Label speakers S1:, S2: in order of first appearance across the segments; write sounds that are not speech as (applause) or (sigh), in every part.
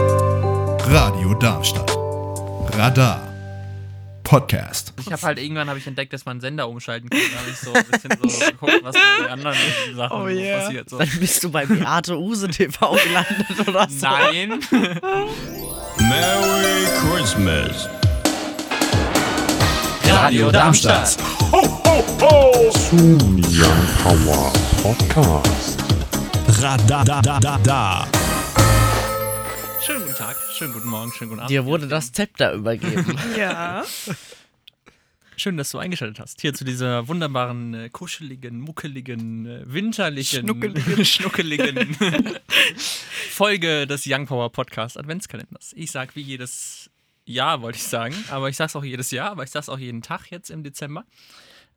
S1: Radio Darmstadt. Radar. Podcast.
S2: Ich habe halt irgendwann habe ich entdeckt, dass man Sender umschalten kann. Da habe ich so ein bisschen
S3: (laughs)
S2: so geguckt, was bei den anderen Sachen
S3: Oh yeah.
S2: passiert. (laughs) So.
S3: Dann (laughs) bist du bei Beate Use TV gelandet oder so.
S2: Nein.
S4: Merry Christmas.
S2: Radio Darmstadt.
S4: Radar. Da, da, da, da.
S2: Schönen guten Tag, schönen guten Morgen, schönen guten Abend.
S3: Dir wurde das Zepter übergeben.
S5: Ja.
S2: Schön, dass du eingeschaltet hast. Hier zu dieser wunderbaren, äh, kuscheligen, muckeligen, äh, winterlichen, (laughs) schnuckeligen, Folge des Young Power Podcast Adventskalenders. Ich sag wie jedes Jahr, wollte ich sagen, aber ich sag's auch jedes Jahr, aber ich sag's auch jeden Tag jetzt im Dezember.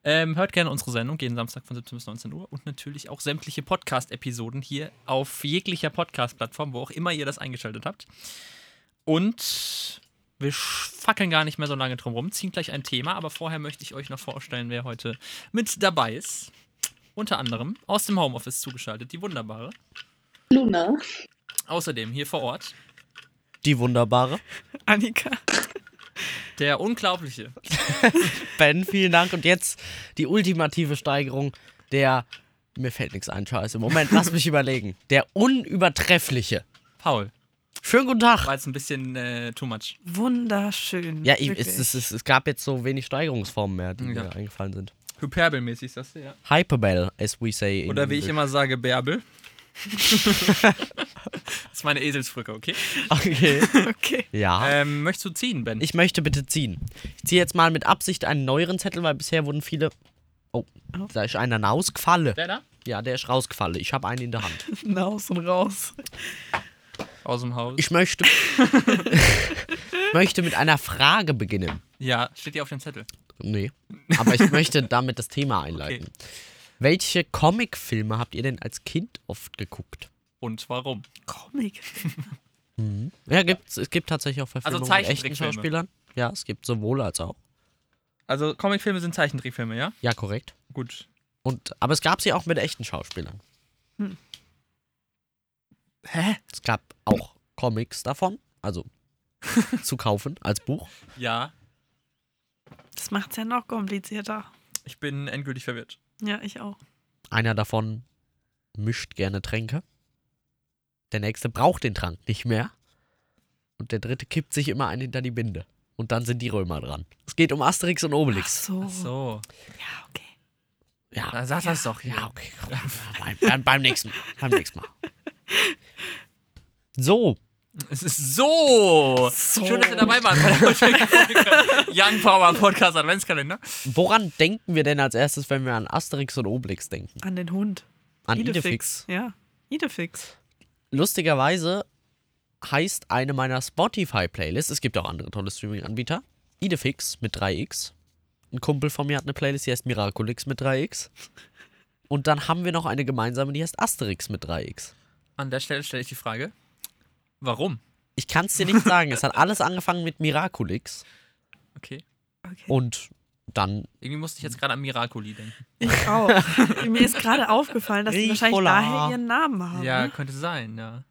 S2: Ähm, hört gerne unsere Sendung, jeden Samstag von 17 bis 19 Uhr und natürlich auch sämtliche Podcast-Episoden hier auf jeglicher Podcast-Plattform, wo auch immer ihr das eingeschaltet habt. Und wir sch- fackeln gar nicht mehr so lange drum rum, ziehen gleich ein Thema, aber vorher möchte ich euch noch vorstellen, wer heute mit dabei ist. Unter anderem aus dem Homeoffice zugeschaltet, die wunderbare.
S6: Luna.
S2: Außerdem hier vor Ort
S3: (laughs) Die wunderbare.
S5: Annika.
S2: der unglaubliche,
S3: Ben, vielen Dank. Und jetzt die ultimative Steigerung der. Mir fällt nichts ein, scheiße. Moment, lass mich überlegen. Der unübertreffliche.
S2: Paul.
S3: Schönen guten Tag.
S2: War jetzt ein bisschen äh, too much.
S5: Wunderschön.
S3: Ja, ich,
S5: wirklich.
S3: es, es, es, es gab jetzt so wenig Steigerungsformen mehr, die
S2: Ja.
S3: mir eingefallen sind.
S2: Hyperbelmäßig ist das, ja.
S3: Hyperbell, as we say. in
S2: Oder wie ich
S3: English.
S2: immer sage, Bärbel. (laughs) das ist meine Eselsbrücke, okay?
S3: (laughs) Okay.
S5: Okay.
S3: Ja.
S2: Ähm, möchtest du ziehen, Ben?
S3: Ich möchte bitte ziehen. Ich ziehe jetzt mal mit Absicht einen neueren Zettel, weil bisher wurden viele. Oh, da ist einer rausgefallen.
S2: Wer da?
S3: Ja, der ist rausgefallen. Ich habe einen in der Hand.
S5: Hinaus und raus.
S2: Aus dem Haus.
S3: Ich möchte. (laughs) möchte mit einer Frage beginnen.
S2: ja, steht dir auf dem Zettel.
S3: Nee. Aber ich möchte damit das Thema einleiten. Welche Comicfilme habt ihr denn als Kind oft geguckt? Mhm.
S2: Und warum?
S5: Comic.
S3: Ja, gibt's, es gibt tatsächlich auch Verfilmungen mit echten
S2: Also Zeichentrickfilme.
S3: Schauspielern. Ja, es gibt sowohl als auch.
S2: Also Comicfilme sind Zeichentrickfilme, ja?
S3: Ja, korrekt.
S2: Gut.
S3: Und, aber es gab sie auch mit echten Schauspielern.
S2: Hä?
S3: Es gab auch Comics davon, also zu kaufen als Buch.
S2: Ja,
S5: Das macht's ja noch komplizierter.
S2: ich bin endgültig verwirrt.
S5: Ja, ich auch.
S3: Einer davon mischt gerne Tränke. Der nächste braucht den Trank nicht mehr. Und der dritte kippt sich immer einen hinter die Binde. Und dann sind die Römer dran. Es geht um Asterix und
S5: Ach
S3: Obelix.
S5: so.
S2: Ach so.
S5: Ja, okay.
S3: Ja,
S2: Da sag das um doch.
S3: ja okay. (laughs) komm, beim, beim, beim nächsten Mal. Beim nächsten Mal. So,
S2: Es ist so.
S5: So.
S2: Schön, dass ihr dabei wart. bei der heutigen Folge Young Power Podcast Adventskalender.
S3: woran denken wir denn als erstes, wenn wir an Asterix und Obelix denken?
S5: An den Hund.
S3: An Idefix.
S5: Idefix. Ja. Idefix.
S3: lustigerweise heißt eine meiner Spotify-Playlists, es gibt auch andere tolle Streaming-Anbieter, Idefix mit 3x. Ein Kumpel von mir hat eine Playlist, die heißt Miraculix mit 3x. Und dann haben wir noch eine gemeinsame, die heißt Asterix mit 3x.
S2: An der Stelle stelle ich die Frage, warum?
S3: Ich kann es
S2: (laughs)
S3: dir nicht sagen, es hat alles angefangen mit Miraculix
S2: Okay.
S5: Okay.
S3: und dann
S2: Irgendwie musste ich jetzt gerade an Miracoli denken.
S5: Ich auch.
S3: (laughs)
S5: Mir ist gerade aufgefallen, dass sie wahrscheinlich
S3: Ricola.
S5: daher ihren Namen haben.
S2: Ja,
S5: ne?
S2: könnte sein, ja.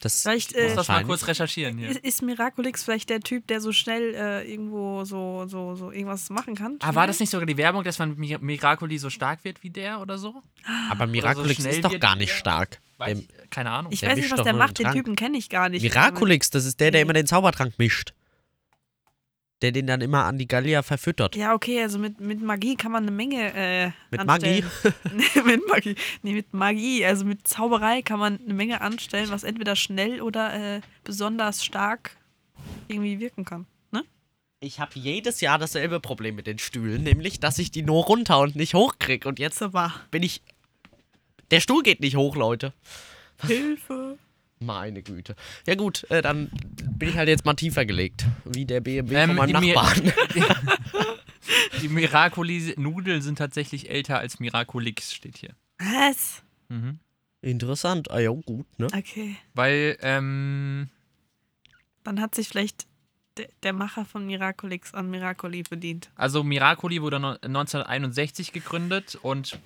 S3: das
S5: Vielleicht,
S2: Ich muss
S5: äh,
S2: das mal
S3: Wahrscheinlich.
S2: kurz recherchieren hier.
S5: Ist, ist Miraculix vielleicht der Typ, der so schnell äh, irgendwo so, so, so irgendwas machen kann?
S2: Ah, war das nicht sogar die Werbung, dass man mit Mir- Miracoli so stark wird wie der oder so?
S3: aber Miraculix
S2: also schnell
S3: ist doch
S2: wird
S3: gar nicht
S2: er-
S3: stark.
S2: Weiß
S3: Ähm,
S2: ich, keine Ahnung.
S5: Ich
S3: Der
S5: weiß nicht,
S3: mischt
S5: was
S3: doch
S5: der
S3: nur
S5: macht.
S3: den
S5: Den
S3: Trank.
S5: Typen kenne ich gar nicht.
S3: Miraculix, das ist der, der immer den Zaubertrank mischt. Der den dann immer an die Gallier verfüttert.
S5: Ja, okay, also mit, mit Magie kann man eine Menge. Äh,
S3: Mit
S5: anstellen. (laughs) nee, mit Magie. Nee, mit Magie. Also mit Zauberei kann man eine Menge anstellen, was entweder schnell oder äh, besonders stark irgendwie wirken kann. Ne?
S3: Ich habe jedes Jahr dasselbe Problem mit den Stühlen, nämlich, dass ich die nur runter und nicht hochkrieg. Und jetzt
S5: So war.
S3: bin ich. Der Stuhl geht nicht hoch, Leute.
S5: Hilfe.
S3: Meine Güte. Ja, gut, äh, dann bin ich halt jetzt mal tiefer gelegt. Wie der BMW
S2: Ähm,
S3: von meinem
S2: die mir-
S3: (laughs) Nachbarn.
S2: Die Miracoli-Nudeln sind tatsächlich älter als Miraculix, steht hier.
S5: Was?
S2: Mhm.
S3: Interessant. Ah, ja, gut, ne?
S5: Okay.
S2: Weil, ähm,
S5: Dann hat sich vielleicht der, der Macher von Miraculix an Miracoli verdient.
S2: also Miracoli wurde no- 1961 gegründet und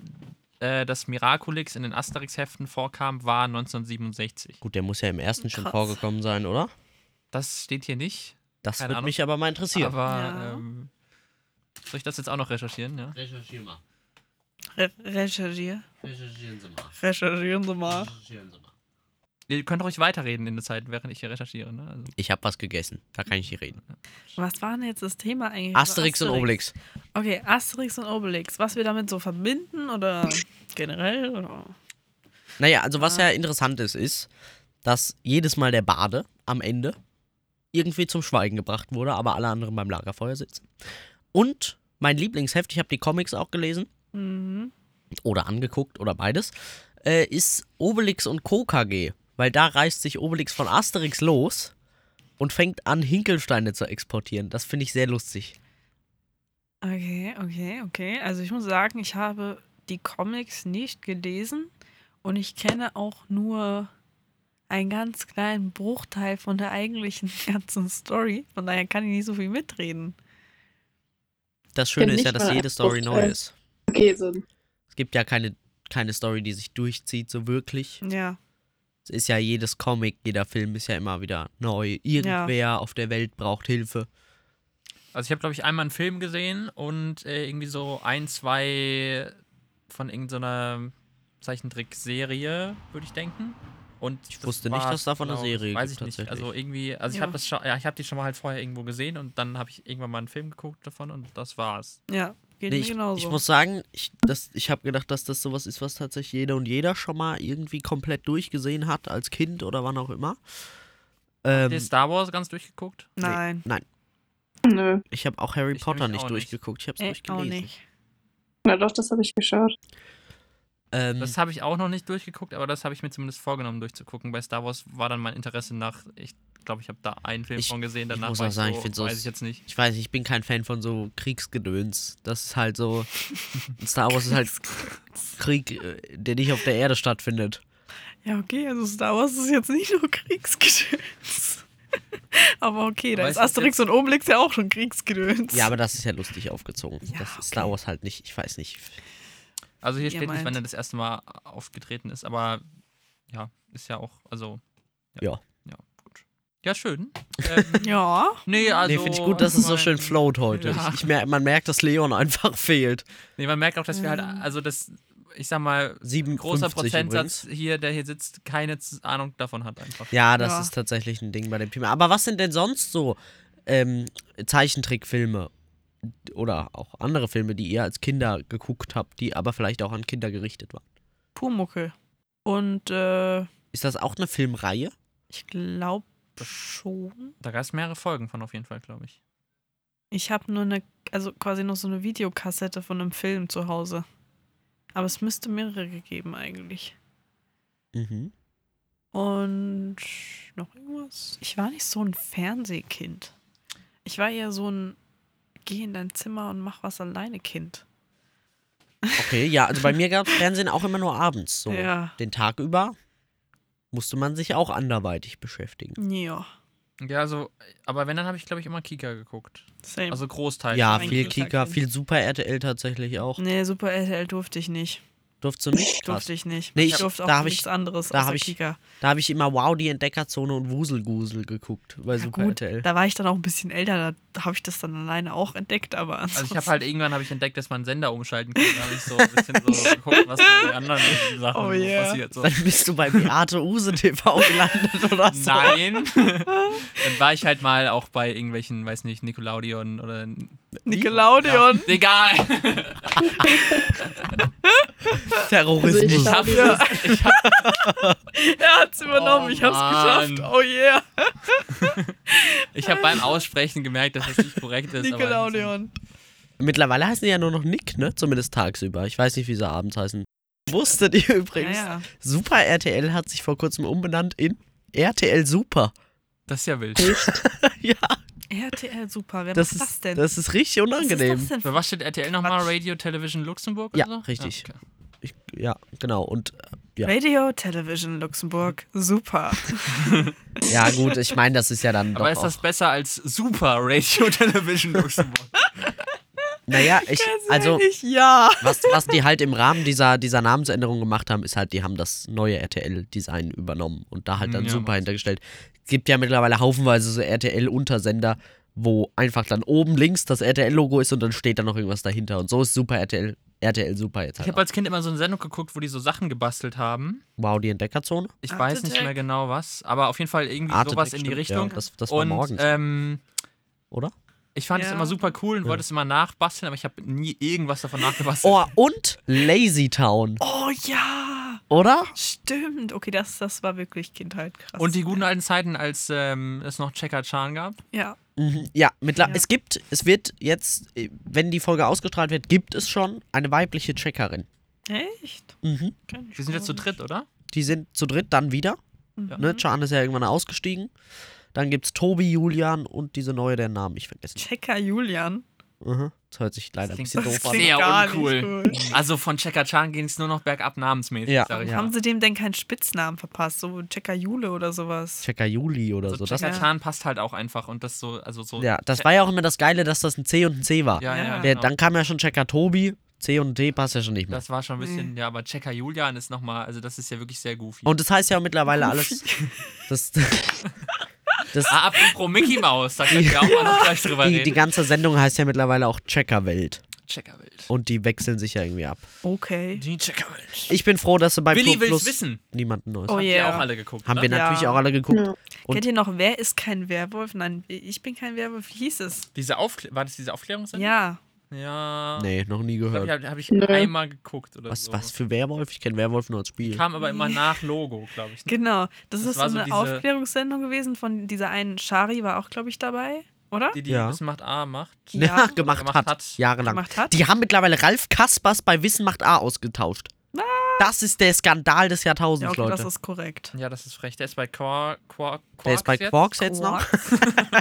S2: äh, dass Miraculix in den Asterix-Heften vorkam, war 1967.
S3: Gut, der muss ja im ersten schon
S5: Krass.
S3: vorgekommen sein, oder?
S2: Das steht hier nicht.
S3: Das
S2: Keine
S3: würde
S2: Ahnung.
S3: mich aber mal interessieren.
S2: Aber
S5: Ja.
S2: ähm, soll ich das jetzt auch noch recherchieren? Ja?
S3: Recherchieren mal.
S5: Re recherchier.
S3: Recherchieren Sie mal.
S5: Recherchieren Sie mal.
S3: Recherchieren Sie mal.
S2: Ihr könnt ruhig weiterreden in der Zeit, während ich hier recherchiere. Ne? Also,
S3: Ich habe was gegessen. Da kann ich nicht reden.
S5: Was war denn jetzt das Thema eigentlich?
S3: Asterix und Obelix.
S5: Okay, Asterix und Obelix. Was wir damit so verbinden oder generell? Oder?
S3: Naja, also was ja interessant ist, ist, dass jedes Mal der Bade am Ende irgendwie zum Schweigen gebracht wurde, aber alle anderen beim Lagerfeuer sitzen. Und mein Lieblingsheft, ich habe die Comics auch gelesen
S5: Mhm.
S3: oder angeguckt oder beides, äh, ist Obelix und Co. KG, weil da reißt sich Obelix von Asterix los und fängt an, Hinkelsteine zu exportieren. Das finde ich sehr lustig.
S5: Okay, okay, okay. Also ich muss sagen, ich habe die Comics nicht gelesen und ich kenne auch nur einen ganz kleinen Bruchteil von der eigentlichen (laughs) ganzen Story. Von daher kann ich nicht so viel mitreden.
S3: Das Schöne
S6: Bin
S3: ist ja,
S6: nicht
S3: dass
S6: mal
S3: jede Story neu
S6: aufgefallen.
S3: ist.
S6: Okay, so ein
S3: Es gibt ja keine, keine Story, die sich durchzieht, so wirklich.
S5: Ja,
S3: Es ist ja jedes Comic, jeder Film ist ja immer wieder neu. Irgendwer auf der Welt braucht Hilfe.
S2: also ich habe, glaube ich, einmal einen Film gesehen und äh, irgendwie so ein, zwei von irgendeiner Zeichentrickserie, würde ich denken. Und ich
S3: wusste nicht, dass davon eine Serie
S2: Weiß ich
S3: gibt,
S2: nicht.
S3: tatsächlich.
S2: Also irgendwie, also ich
S5: Ja.
S2: habe das schon, ja, ich habe die schon mal halt vorher irgendwo gesehen und dann habe ich irgendwann mal einen Film geguckt davon und das war's.
S5: ja. Geht
S3: Nee,
S5: mir
S3: ich,
S5: genauso.
S3: ich muss sagen, ich, das- ich habe gedacht, dass das sowas ist, was tatsächlich jeder und jeder schon mal irgendwie komplett durchgesehen hat, als Kind oder wann auch immer.
S2: Habt ihr
S3: Ähm,
S2: Star Wars ganz durchgeguckt?
S5: Nein,
S6: Nö.
S3: ich habe auch Harry
S2: Ich
S3: Potter
S2: nämlich
S3: nicht
S2: auch nicht.
S3: durchgeguckt, ich habe es
S5: äh, auch
S3: durchgelesen.
S5: nicht. (laughs)
S6: Na doch, das habe ich geschaut.
S3: Ähm,
S2: Das habe ich auch noch nicht durchgeguckt, aber das habe ich mir zumindest vorgenommen durchzugucken. Bei Star Wars war dann mein Interesse nach, ich glaube, ich habe da einen Film
S3: Ich-
S2: von gesehen,
S3: ich
S2: danach
S3: muss
S2: war
S3: auch
S2: ich
S3: sagen,
S2: so,
S3: ich find so-
S2: weiß ich jetzt nicht.
S3: ich weiß, nicht, ich bin kein Fan von so Kriegsgedöns. Das ist halt
S5: (laughs)
S3: so. Star Wars ist halt Krieg, äh, der nicht auf der Erde stattfindet.
S5: Ja, okay, also Star Wars ist jetzt nicht nur (laughs) Kriegsgedöns. (laughs) aber okay, da
S2: Aber
S5: ist
S2: es ist
S5: Asterix und Obelix ja auch schon Kriegsgedöns.
S3: Ja, aber das ist ja lustig aufgezogen.
S5: Ja,
S3: das ist Star
S5: okay.
S3: Wars halt nicht. Ich weiß nicht.
S2: Also hier
S5: Ihr
S2: steht nicht,
S5: meint.
S2: wann er das erste Mal aufgetreten ist, aber ja, ist ja auch, also.
S3: Ja.
S2: Ja, gut. Ja,
S5: (laughs)
S2: schön. Ähm,
S5: Ja.
S2: nee, also.
S3: nee, finde ich gut, dass es so
S2: allgemein- (laughs)
S3: schön float heute.
S2: Ja.
S3: Ich, ich mer man merkt, dass Leon einfach fehlt.
S2: Nee, man merkt auch, dass wir halt, also das, ich sag mal, ein
S3: 57
S2: großer Prozentsatz
S3: übrigens.
S2: hier, der hier sitzt, keine Z- Ahnung davon hat einfach.
S3: Ja, das
S5: Ja.
S3: ist tatsächlich ein Ding bei dem Thema. Aber was sind denn sonst so ähm, Zeichentrickfilme oder auch andere Filme, die ihr als Kinder geguckt habt, die aber vielleicht auch an Kinder gerichtet waren?
S5: Pumuckel. Und äh,
S3: Ist das auch eine Filmreihe?
S5: ich glaube schon.
S2: Da gab es mehrere Folgen von auf jeden Fall, glaube ich.
S5: Ich habe nur eine, also quasi noch so eine Videokassette von einem Film zu Hause. Aber es müsste mehrere gegeben eigentlich.
S3: Mhm.
S5: Und noch irgendwas? Ich war nicht so ein Fernsehkind. Ich war eher so ein Geh in dein Zimmer und mach was alleine Kind.
S3: Okay, ja, also bei mir gab es Fernsehen auch immer nur abends. So.
S5: Ja.
S3: Den Tag über musste man sich auch anderweitig beschäftigen.
S5: Ja.
S2: Ja, also, aber wenn, dann habe ich, glaube ich, immer Kika geguckt.
S5: Same.
S2: Also Großteil.
S3: Ja,
S5: eigentlich
S3: viel
S5: nur
S3: Kika,
S5: Tagfilm.
S3: viel Super RTL tatsächlich auch.
S5: nee, Super RTL durfte ich nicht.
S3: Durftest du nicht? Krass.
S5: Durfte ich nicht.
S3: Nee,
S5: ich
S3: ich-
S5: durfte auch
S3: da hab ich-
S5: nichts anderes
S3: da
S5: außer
S3: hab ich-
S5: Kika.
S3: Da habe ich immer Wow, die Entdeckerzone und Wuselgusel geguckt bei
S5: Ja,
S3: Super
S5: gut,
S3: RTL.
S5: da war ich dann auch ein bisschen älter, da habe ich das dann alleine auch entdeckt, aber
S2: Also ich
S5: ansonsten.
S2: habe halt irgendwann habe ich entdeckt, dass man Sender umschalten kann. Da habe ich so ein bisschen so geguckt, was mit den anderen Sachen
S5: (laughs) Oh yeah.
S2: passiert. So.
S3: Dann bist du bei Beate Use TV gelandet oder so.
S2: Nein. (laughs) Dann war ich halt mal auch bei irgendwelchen, weiß nicht, Nickelodeon oder.
S5: Nickelodeon.
S2: Ja, (laughs) egal.
S6: Also
S3: Terrorismus.
S6: ich hab-
S2: Ja. Ich hab,
S5: Er hat's übernommen,
S2: Oh,
S5: ich hab's
S2: Mann.
S5: geschafft. Oh yeah.
S2: ich hab beim Aussprechen gemerkt, dass das nicht korrekt ist. Aber
S5: Nickelodeon.
S3: Mittlerweile heißen die ja nur noch Nick, ne? Zumindest tagsüber. Ich weiß nicht, wie sie abends heißen. Wusstet ihr übrigens,
S5: Ja, ja.
S3: Super RTL hat sich vor kurzem umbenannt in RTL Super.
S2: das ist ja wild.
S3: ja,
S5: RTL Super, wer
S3: das
S5: macht das
S3: ist,
S5: denn?
S3: das ist richtig unangenehm.
S5: Was ist das
S2: Für
S5: denn?
S2: was steht RTL nochmal? Radio Television Luxemburg?
S3: Ja,
S2: oder so? Ah,
S3: richtig.
S2: okay.
S3: Ich, ja, genau. Und Ja.
S5: Radio, Television, Luxemburg, super.
S3: ja, gut, ich meine, das ist ja dann.
S2: Aber
S3: doch
S2: ist (laughs)
S3: auch-
S2: das besser als Super Radio Television Luxemburg?
S3: Naja, ich,
S5: Ganz
S3: also,
S5: ehrlich, ja.
S3: was, was die halt im Rahmen dieser, dieser Namensänderung gemacht haben, ist halt, die haben das neue RTL-Design übernommen und da halt dann
S2: Mhm, Ja,
S3: super
S2: macht
S3: hintergestellt. Es gibt ja mittlerweile haufenweise so RTL-Untersender, wo einfach dann oben links das RTL-Logo ist und dann steht da noch irgendwas dahinter. Und so ist super RTL, RTL super jetzt
S2: Ich
S3: halt.
S2: habe
S3: auch.
S2: als Kind immer so eine Sendung geguckt, wo die so Sachen gebastelt haben.
S3: wow, die Entdeckerzone?
S2: Ich
S5: Art
S2: weiß nicht
S5: Attack?
S2: mehr genau was, aber auf jeden Fall irgendwie
S3: Art
S2: sowas
S3: Attack,
S2: in die
S3: stimmt, ja.
S2: Richtung.
S3: das, das war
S2: Und Äh,
S3: morgens,
S2: ähm,
S3: oder?
S2: ich fand es
S5: Ja.
S2: immer super cool und
S3: Ja.
S2: wollte es immer nachbasteln, aber ich habe nie irgendwas davon nachgebastelt.
S3: Oh, und Lazy Town,
S5: Oh ja.
S3: oder?
S5: Stimmt. Okay, das, das war wirklich Kindheit krass.
S2: Und die guten alten Zeiten, als ähm, es noch Checker Chan gab.
S5: Ja.
S3: Mhm, Ja, mittler
S5: Ja.
S3: es gibt, es wird jetzt, äh, wenn die Folge ausgestrahlt wird, gibt es schon eine weibliche Checkerin.
S5: Echt?
S3: Mhm.
S5: Kann ich
S2: Wir sind jetzt zu
S5: glauben.
S2: dritt, oder?
S3: Die sind zu dritt dann wieder.
S5: Mhm.
S3: Ne? Can ist ja irgendwann ausgestiegen. Dann gibt's Tobi, Julian und diese neue, deren Namen ich vergessen.
S5: Checker Julian.
S3: Mhm. Das hört sich leider ein
S2: klingt-
S3: bisschen doof an.
S2: klingt- Sehr
S5: gar
S2: uncool.
S5: nicht cool.
S2: Also von Checker Chan ging es nur noch bergab namensmäßig,
S3: Ja.
S2: sag ich.
S3: Ja.
S5: Haben sie dem denn keinen Spitznamen verpasst? So Checker Jule oder sowas?
S3: Checker Juli oder
S2: Also
S3: so. Das,
S2: Checker
S5: Ja.
S2: Chan passt halt auch einfach und das so, also so.
S3: ja, das war ja auch immer das Geile, dass das ein C und ein C war.
S2: ja, ja, ja,
S5: Ja.
S3: Der,
S2: genau.
S3: Dann kam ja schon Checker Tobi, C und D passt ja schon nicht mehr.
S2: Das war schon ein bisschen, ja, aber Checker Julian ist nochmal, also das ist ja wirklich sehr goofy.
S3: und das heißt ja auch mittlerweile
S2: (laughs)
S3: alles. Das, das,
S2: ah, apropos Mickey Mouse, da können wir auch mal noch gleich drüber
S3: die, die
S2: reden.
S3: ganze Sendung heißt ja mittlerweile auch Checkerwelt.
S2: Checkerwelt.
S3: Und die wechseln sich ja irgendwie ab.
S5: Okay.
S2: Die Checkerwelt.
S3: Ich bin froh, dass sie bei
S2: Willi
S3: Pro
S2: will's
S3: Plus
S2: wissen.
S3: niemanden Neues
S5: Oh
S3: haben.
S2: Habt ihr
S5: ja.
S2: auch alle geguckt,
S3: Haben wir
S2: oder?
S5: Ja.
S3: natürlich auch alle geguckt.
S6: Ja.
S3: Und-
S5: Kennt ihr noch, wer ist kein Werwolf? Nein, ich bin kein Werwolf. Wie hieß es?
S2: Diese Aufkl war das diese Aufklärungssendung?
S5: Ja.
S2: Ja.
S3: Nee, noch nie
S2: Ich
S3: gehört.
S2: glaube, ich habe ich
S6: Nö.
S2: einmal geguckt oder
S3: Was,
S2: so.
S5: ne?
S3: was für Werwolf? Ich kenne Werwolf nur als Spiel. (laughs)
S2: Kam aber immer nach Logo, glaube ich. ne?
S5: Genau.
S2: Das
S5: Das, ist so
S2: war so
S5: eine
S2: diese-
S5: Aufklärungssendung gewesen von dieser einen Shari, war auch, glaube ich, dabei, oder?
S2: Die, die
S3: Ja.
S2: Wissen macht A macht.
S3: Ja,
S5: Ja.
S3: Ne, (laughs) gemacht,
S2: Gemacht
S3: hat,
S2: hat.
S3: Jahrelang.
S5: Gemacht hat.
S3: Die haben mittlerweile Ralf Kaspers bei Wissen macht A ausgetauscht. Das ist der Skandal des
S5: ja,
S3: Jahrtausends,
S5: okay, das
S3: Leute.
S5: ist korrekt.
S2: Ja, das ist frech. Der ist bei Quark. Quark, Quark
S3: Der ist bei Quarks jetzt noch. (laughs)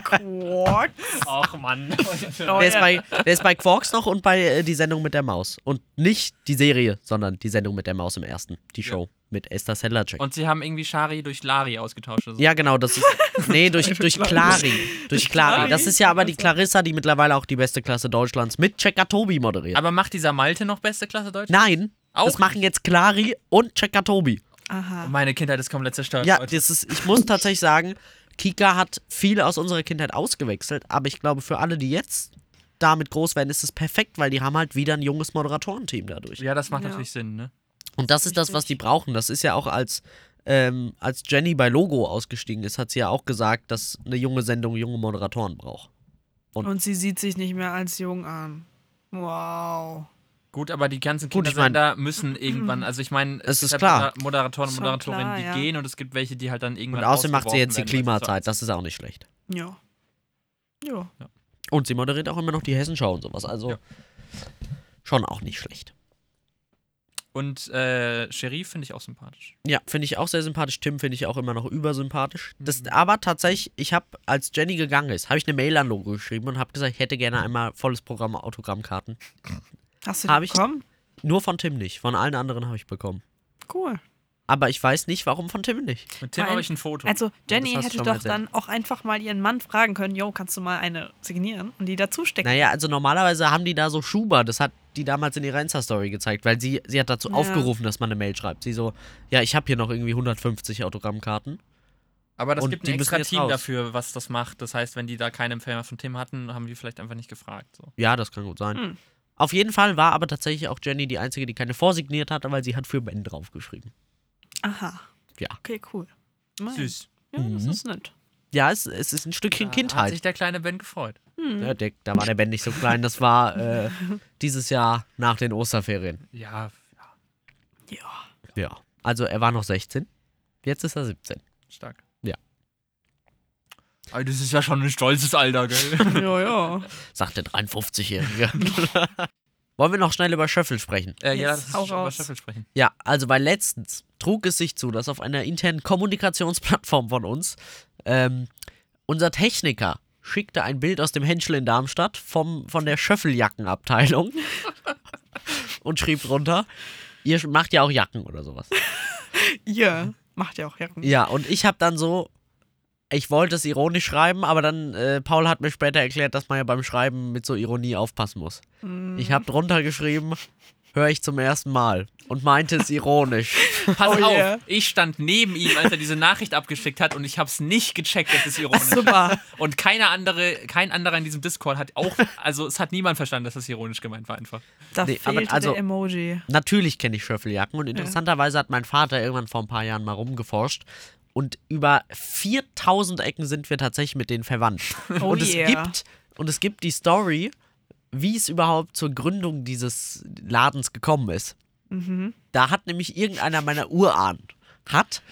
S5: Quark. (laughs)
S2: Ach Mann. (laughs)
S5: Oh,
S3: Der ist,
S5: ja.
S3: bei, (laughs) der ist bei Quarks noch und bei äh, die Sendung mit der Maus. Und nicht die Serie, sondern die Sendung mit der Maus im ersten. Die Show mit Esther Sellercheck.
S2: Und sie haben irgendwie Shari durch Lari ausgetauscht. oder so.
S3: Ja, genau,
S5: (laughs)
S3: das ist. Nee, durch, durch Clari. Durch Clari.
S5: Clari.
S3: Das ist ja aber die Clarissa, die mittlerweile auch die beste Klasse Deutschlands mit Checker Tobi moderiert.
S2: Aber macht dieser Malte noch beste Klasse Deutsch?
S3: Nein,
S2: Auch
S3: das machen jetzt Clari und Checker Tobi.
S5: Aha.
S2: Oh, Meine Kindheit ist komplett zerstört.
S3: Ja,
S2: Leute.
S3: das ist, ich muss tatsächlich sagen, Kika hat viele aus unserer Kindheit ausgewechselt, aber ich glaube, für alle, die jetzt damit groß werden, ist es perfekt, weil die haben halt wieder ein junges Moderatorenteam dadurch.
S2: ja das macht
S5: Ja.
S2: natürlich Sinn, ne?
S3: Und das ist das, was die brauchen. Das ist ja auch als, ähm, als Jenny bei Logo ausgestiegen ist, hat sie ja auch gesagt, dass eine junge Sendung junge Moderatoren braucht.
S5: Und sie sieht sich nicht mehr als jung an. Wow.
S2: Gut, aber die ganzen
S3: Gut, ich
S2: Kindersender müssen irgendwann, also ich meine,
S3: Es ist
S2: gibt
S3: klar.
S2: Moder- Moderatoren und
S5: Schon
S2: Moderatorinnen,
S5: klar,
S2: die
S5: ja.
S2: gehen und es gibt welche, die halt dann
S3: Und
S2: irgendwann
S3: außerdem macht sie
S2: rausgeworfen
S3: jetzt die
S2: werden, weil sie zu alt
S3: Klimazeit, das ist auch nicht schlecht.
S5: Ja. Ja.
S3: Und sie moderiert auch immer noch die Hessenschau und sowas, also
S2: Ja.
S3: schon auch nicht schlecht.
S2: Und äh, Sherif finde ich auch sympathisch.
S3: Ja, finde ich auch sehr sympathisch. Tim finde ich auch immer noch übersympathisch. Das,
S2: Mhm.
S3: aber tatsächlich, ich habe, als Jenny gegangen ist, habe ich eine Mail an Logo geschrieben und habe gesagt, ich hätte gerne einmal volles Programm Autogrammkarten.
S5: Hast du
S3: Hab
S5: die
S3: ich-
S5: bekommen?
S3: Nur von Tim nicht, von allen anderen habe ich bekommen.
S5: Cool.
S3: Aber ich weiß nicht, warum von Tim nicht.
S2: Mit Tim
S5: Vor
S2: habe
S5: allem-
S2: ich ein Foto.
S5: Also Jenny
S3: das hast du
S5: hätte
S3: schon mal
S5: doch
S3: erzählt.
S5: dann auch einfach mal ihren Mann fragen können, yo, kannst du mal eine signieren und die dazu stecken.
S3: Naja, also normalerweise haben die da so Schuber, das hat die damals in ihrer Insta-Story gezeigt, weil sie, sie hat dazu
S5: Ja.
S3: aufgerufen, dass man eine Mail schreibt. Sie so, ja, ich habe hier noch irgendwie 150 Autogrammkarten.
S2: aber das
S3: und
S2: gibt
S3: die
S2: ein
S3: müssen
S2: extra
S3: jetzt
S2: Team
S3: raus.
S2: dafür, was das macht. Das heißt, wenn die da keinen Empfänger von Tim hatten, haben die vielleicht einfach nicht gefragt. So.
S3: Ja, das kann gut sein.
S5: Hm.
S3: Auf jeden Fall war aber tatsächlich auch Jenny die Einzige, die keine vorsigniert hatte, weil sie hat für Ben draufgeschrieben.
S5: Aha.
S3: Ja. Mhm.
S5: Okay, cool. Mein.
S2: Süß.
S5: Ja, das ist nett.
S3: Ja, es, es ist ein Stückchen
S2: Da Hat sich
S3: Kindheit. Mhm.
S2: der kleine Ben gefreut.
S5: Hm.
S3: Ja, der, da war der Ben nicht so klein. Das war äh, (laughs) dieses Jahr nach den Osterferien.
S2: Ja,
S5: Ja.
S3: Ja. Also er war noch 16. Jetzt ist er 17.
S2: stark.
S3: Ja.
S2: Aber das ist ja schon ein stolzes Alter, gell?
S5: ja, (laughs) ja.
S3: Sagt der (laughs) 53-Jährige. Wollen wir noch schnell über Schöffel sprechen?
S2: (laughs) äh, ja,
S5: Jetzt
S2: das ist
S5: hau
S2: schon über
S5: raus.
S2: Schöffel sprechen.
S3: Ja, also weil letztens trug es sich zu, dass auf einer internen Kommunikationsplattform von uns ähm, unser Techniker schickte ein Bild aus dem Henschel in Darmstadt vom, von der Schöffeljackenabteilung und schrieb drunter, ihr macht ja auch Jacken oder sowas.
S5: Ihr macht ja auch Jacken.
S3: Ja, und ich habe dann so Ich wollte es ironisch schreiben, aber dann, äh, Paul hat mir später erklärt, dass man ja beim Schreiben mit so Ironie aufpassen muss. Ich habe drunter geschrieben, höre ich zum ersten Mal und meinte es ironisch.
S2: Pass
S5: Oh
S2: auf,
S5: yeah.
S2: ich stand neben ihm, als er diese Nachricht abgeschickt hat und ich hab's nicht gecheckt, das ist ironisch.
S5: (laughs) Super.
S2: Und keiner andere, kein anderer in diesem Discord hat auch, also es hat niemand verstanden, dass das ironisch gemeint war einfach.
S5: Da
S3: Nee, aber
S5: fehlt
S3: also-
S5: der Emoji.
S3: Natürlich kenne ich Schöffeljacken und interessanterweise hat mein Vater irgendwann vor ein paar Jahren mal rumgeforscht. Und über 4000 Ecken sind wir tatsächlich mit denen verwandt.
S5: (laughs) Oh
S3: und, es
S5: yeah.
S3: gibt, und es gibt die Story, wie es überhaupt zur Gründung dieses Ladens gekommen ist.
S5: Mhm.
S3: Da hat nämlich irgendeiner meiner Urahnen, hat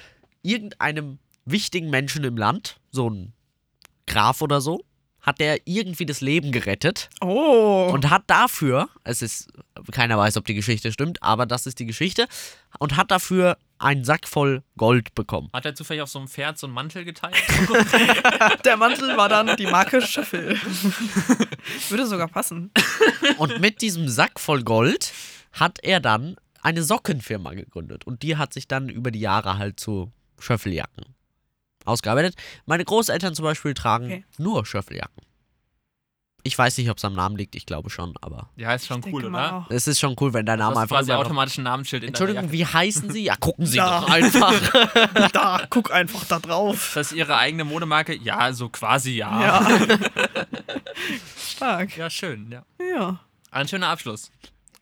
S3: irgendeinem wichtigen Menschen im Land, so ein Graf oder so, hat der irgendwie das Leben gerettet.
S5: Oh.
S3: Und hat dafür, es ist, keiner weiß, ob die Geschichte stimmt, aber das ist die Geschichte, und hat dafür einen Sack voll Gold
S5: (laughs)
S3: bekommen.
S2: Hat er zufällig auf so einem Pferd so einen Mantel geteilt?
S5: der Mantel war dann die Marke Schöffel. (laughs) Würde sogar passen.
S3: Und mit diesem Sack voll Gold hat er dann eine Sockenfirma gegründet. Und die hat sich dann über die Jahre halt zu Schöffeljacken ausgearbeitet. Meine Großeltern zum Beispiel tragen
S5: Okay.
S3: nur Schöffeljacken. Ich weiß nicht, ob es am Namen liegt, ich glaube schon, aber
S2: (laughs) Ja, ist schon
S5: Ich
S2: cool,
S5: denke mal
S2: oder?
S5: auch.
S3: es ist schon cool, wenn dein
S2: Das
S3: Name
S2: Also ist
S3: einfach.
S2: quasi
S3: überall drauf-
S2: automatisch ein Namensschild in
S3: Entschuldigung,
S2: deiner Jacke.
S3: wie heißen sie? Ja, gucken
S5: (laughs)
S3: sie
S5: Da.
S3: doch einfach.
S5: Da, Ah, guck einfach da drauf.
S2: Ist das ihre eigene Modemarke? Ja, so quasi
S3: Ah.
S2: ja. Ja,
S5: Ja. (laughs) Stark.
S2: schön, ja.
S5: Ja.
S2: Ein schöner Abschluss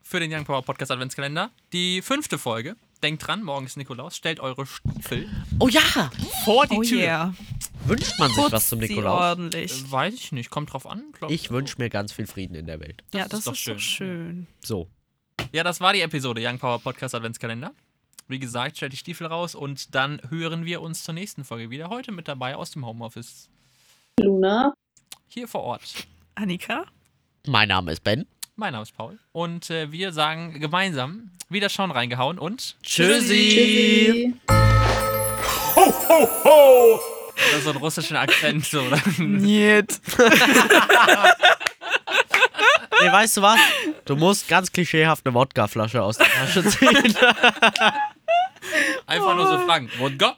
S2: für den Young Power Podcast Adventskalender. Die fünfte Folge. Denkt dran, morgen ist Nikolaus. Stellt eure Stiefel
S3: Oh ja!
S2: vor die
S5: Oh
S2: Tür.
S5: yeah.
S3: Wünscht man sich
S5: Putzt
S3: was zum
S5: sie
S3: Nikolaus?
S5: ordentlich.
S2: Äh, Weiß ich nicht, kommt drauf an. glaub
S3: Ich wünsche mir ganz viel Frieden in der Welt.
S5: ja,
S2: ist
S5: das ist,
S2: doch
S5: doch schön.
S3: So.
S2: Ja, das war die Episode Young Power Podcast Adventskalender. Wie gesagt, stellt die Stiefel raus und dann hören wir uns zur nächsten Folge wieder. Heute mit dabei aus dem Homeoffice.
S6: Luna.
S2: Hier vor Ort.
S5: Annika?
S3: Mein Name ist Ben.
S2: Mein Name ist Paul. Und äh, wir sagen gemeinsam wieder schauen reingehauen und
S6: Tschüssi.
S2: oder so einen russischen Akzent. So, oder?
S3: (laughs)
S5: Niet.
S3: Nee, weißt du was? Du musst ganz klischeehaft eine Wodkaflasche aus der Tasche ziehen.
S2: Einfach nur so fragen. Wodka?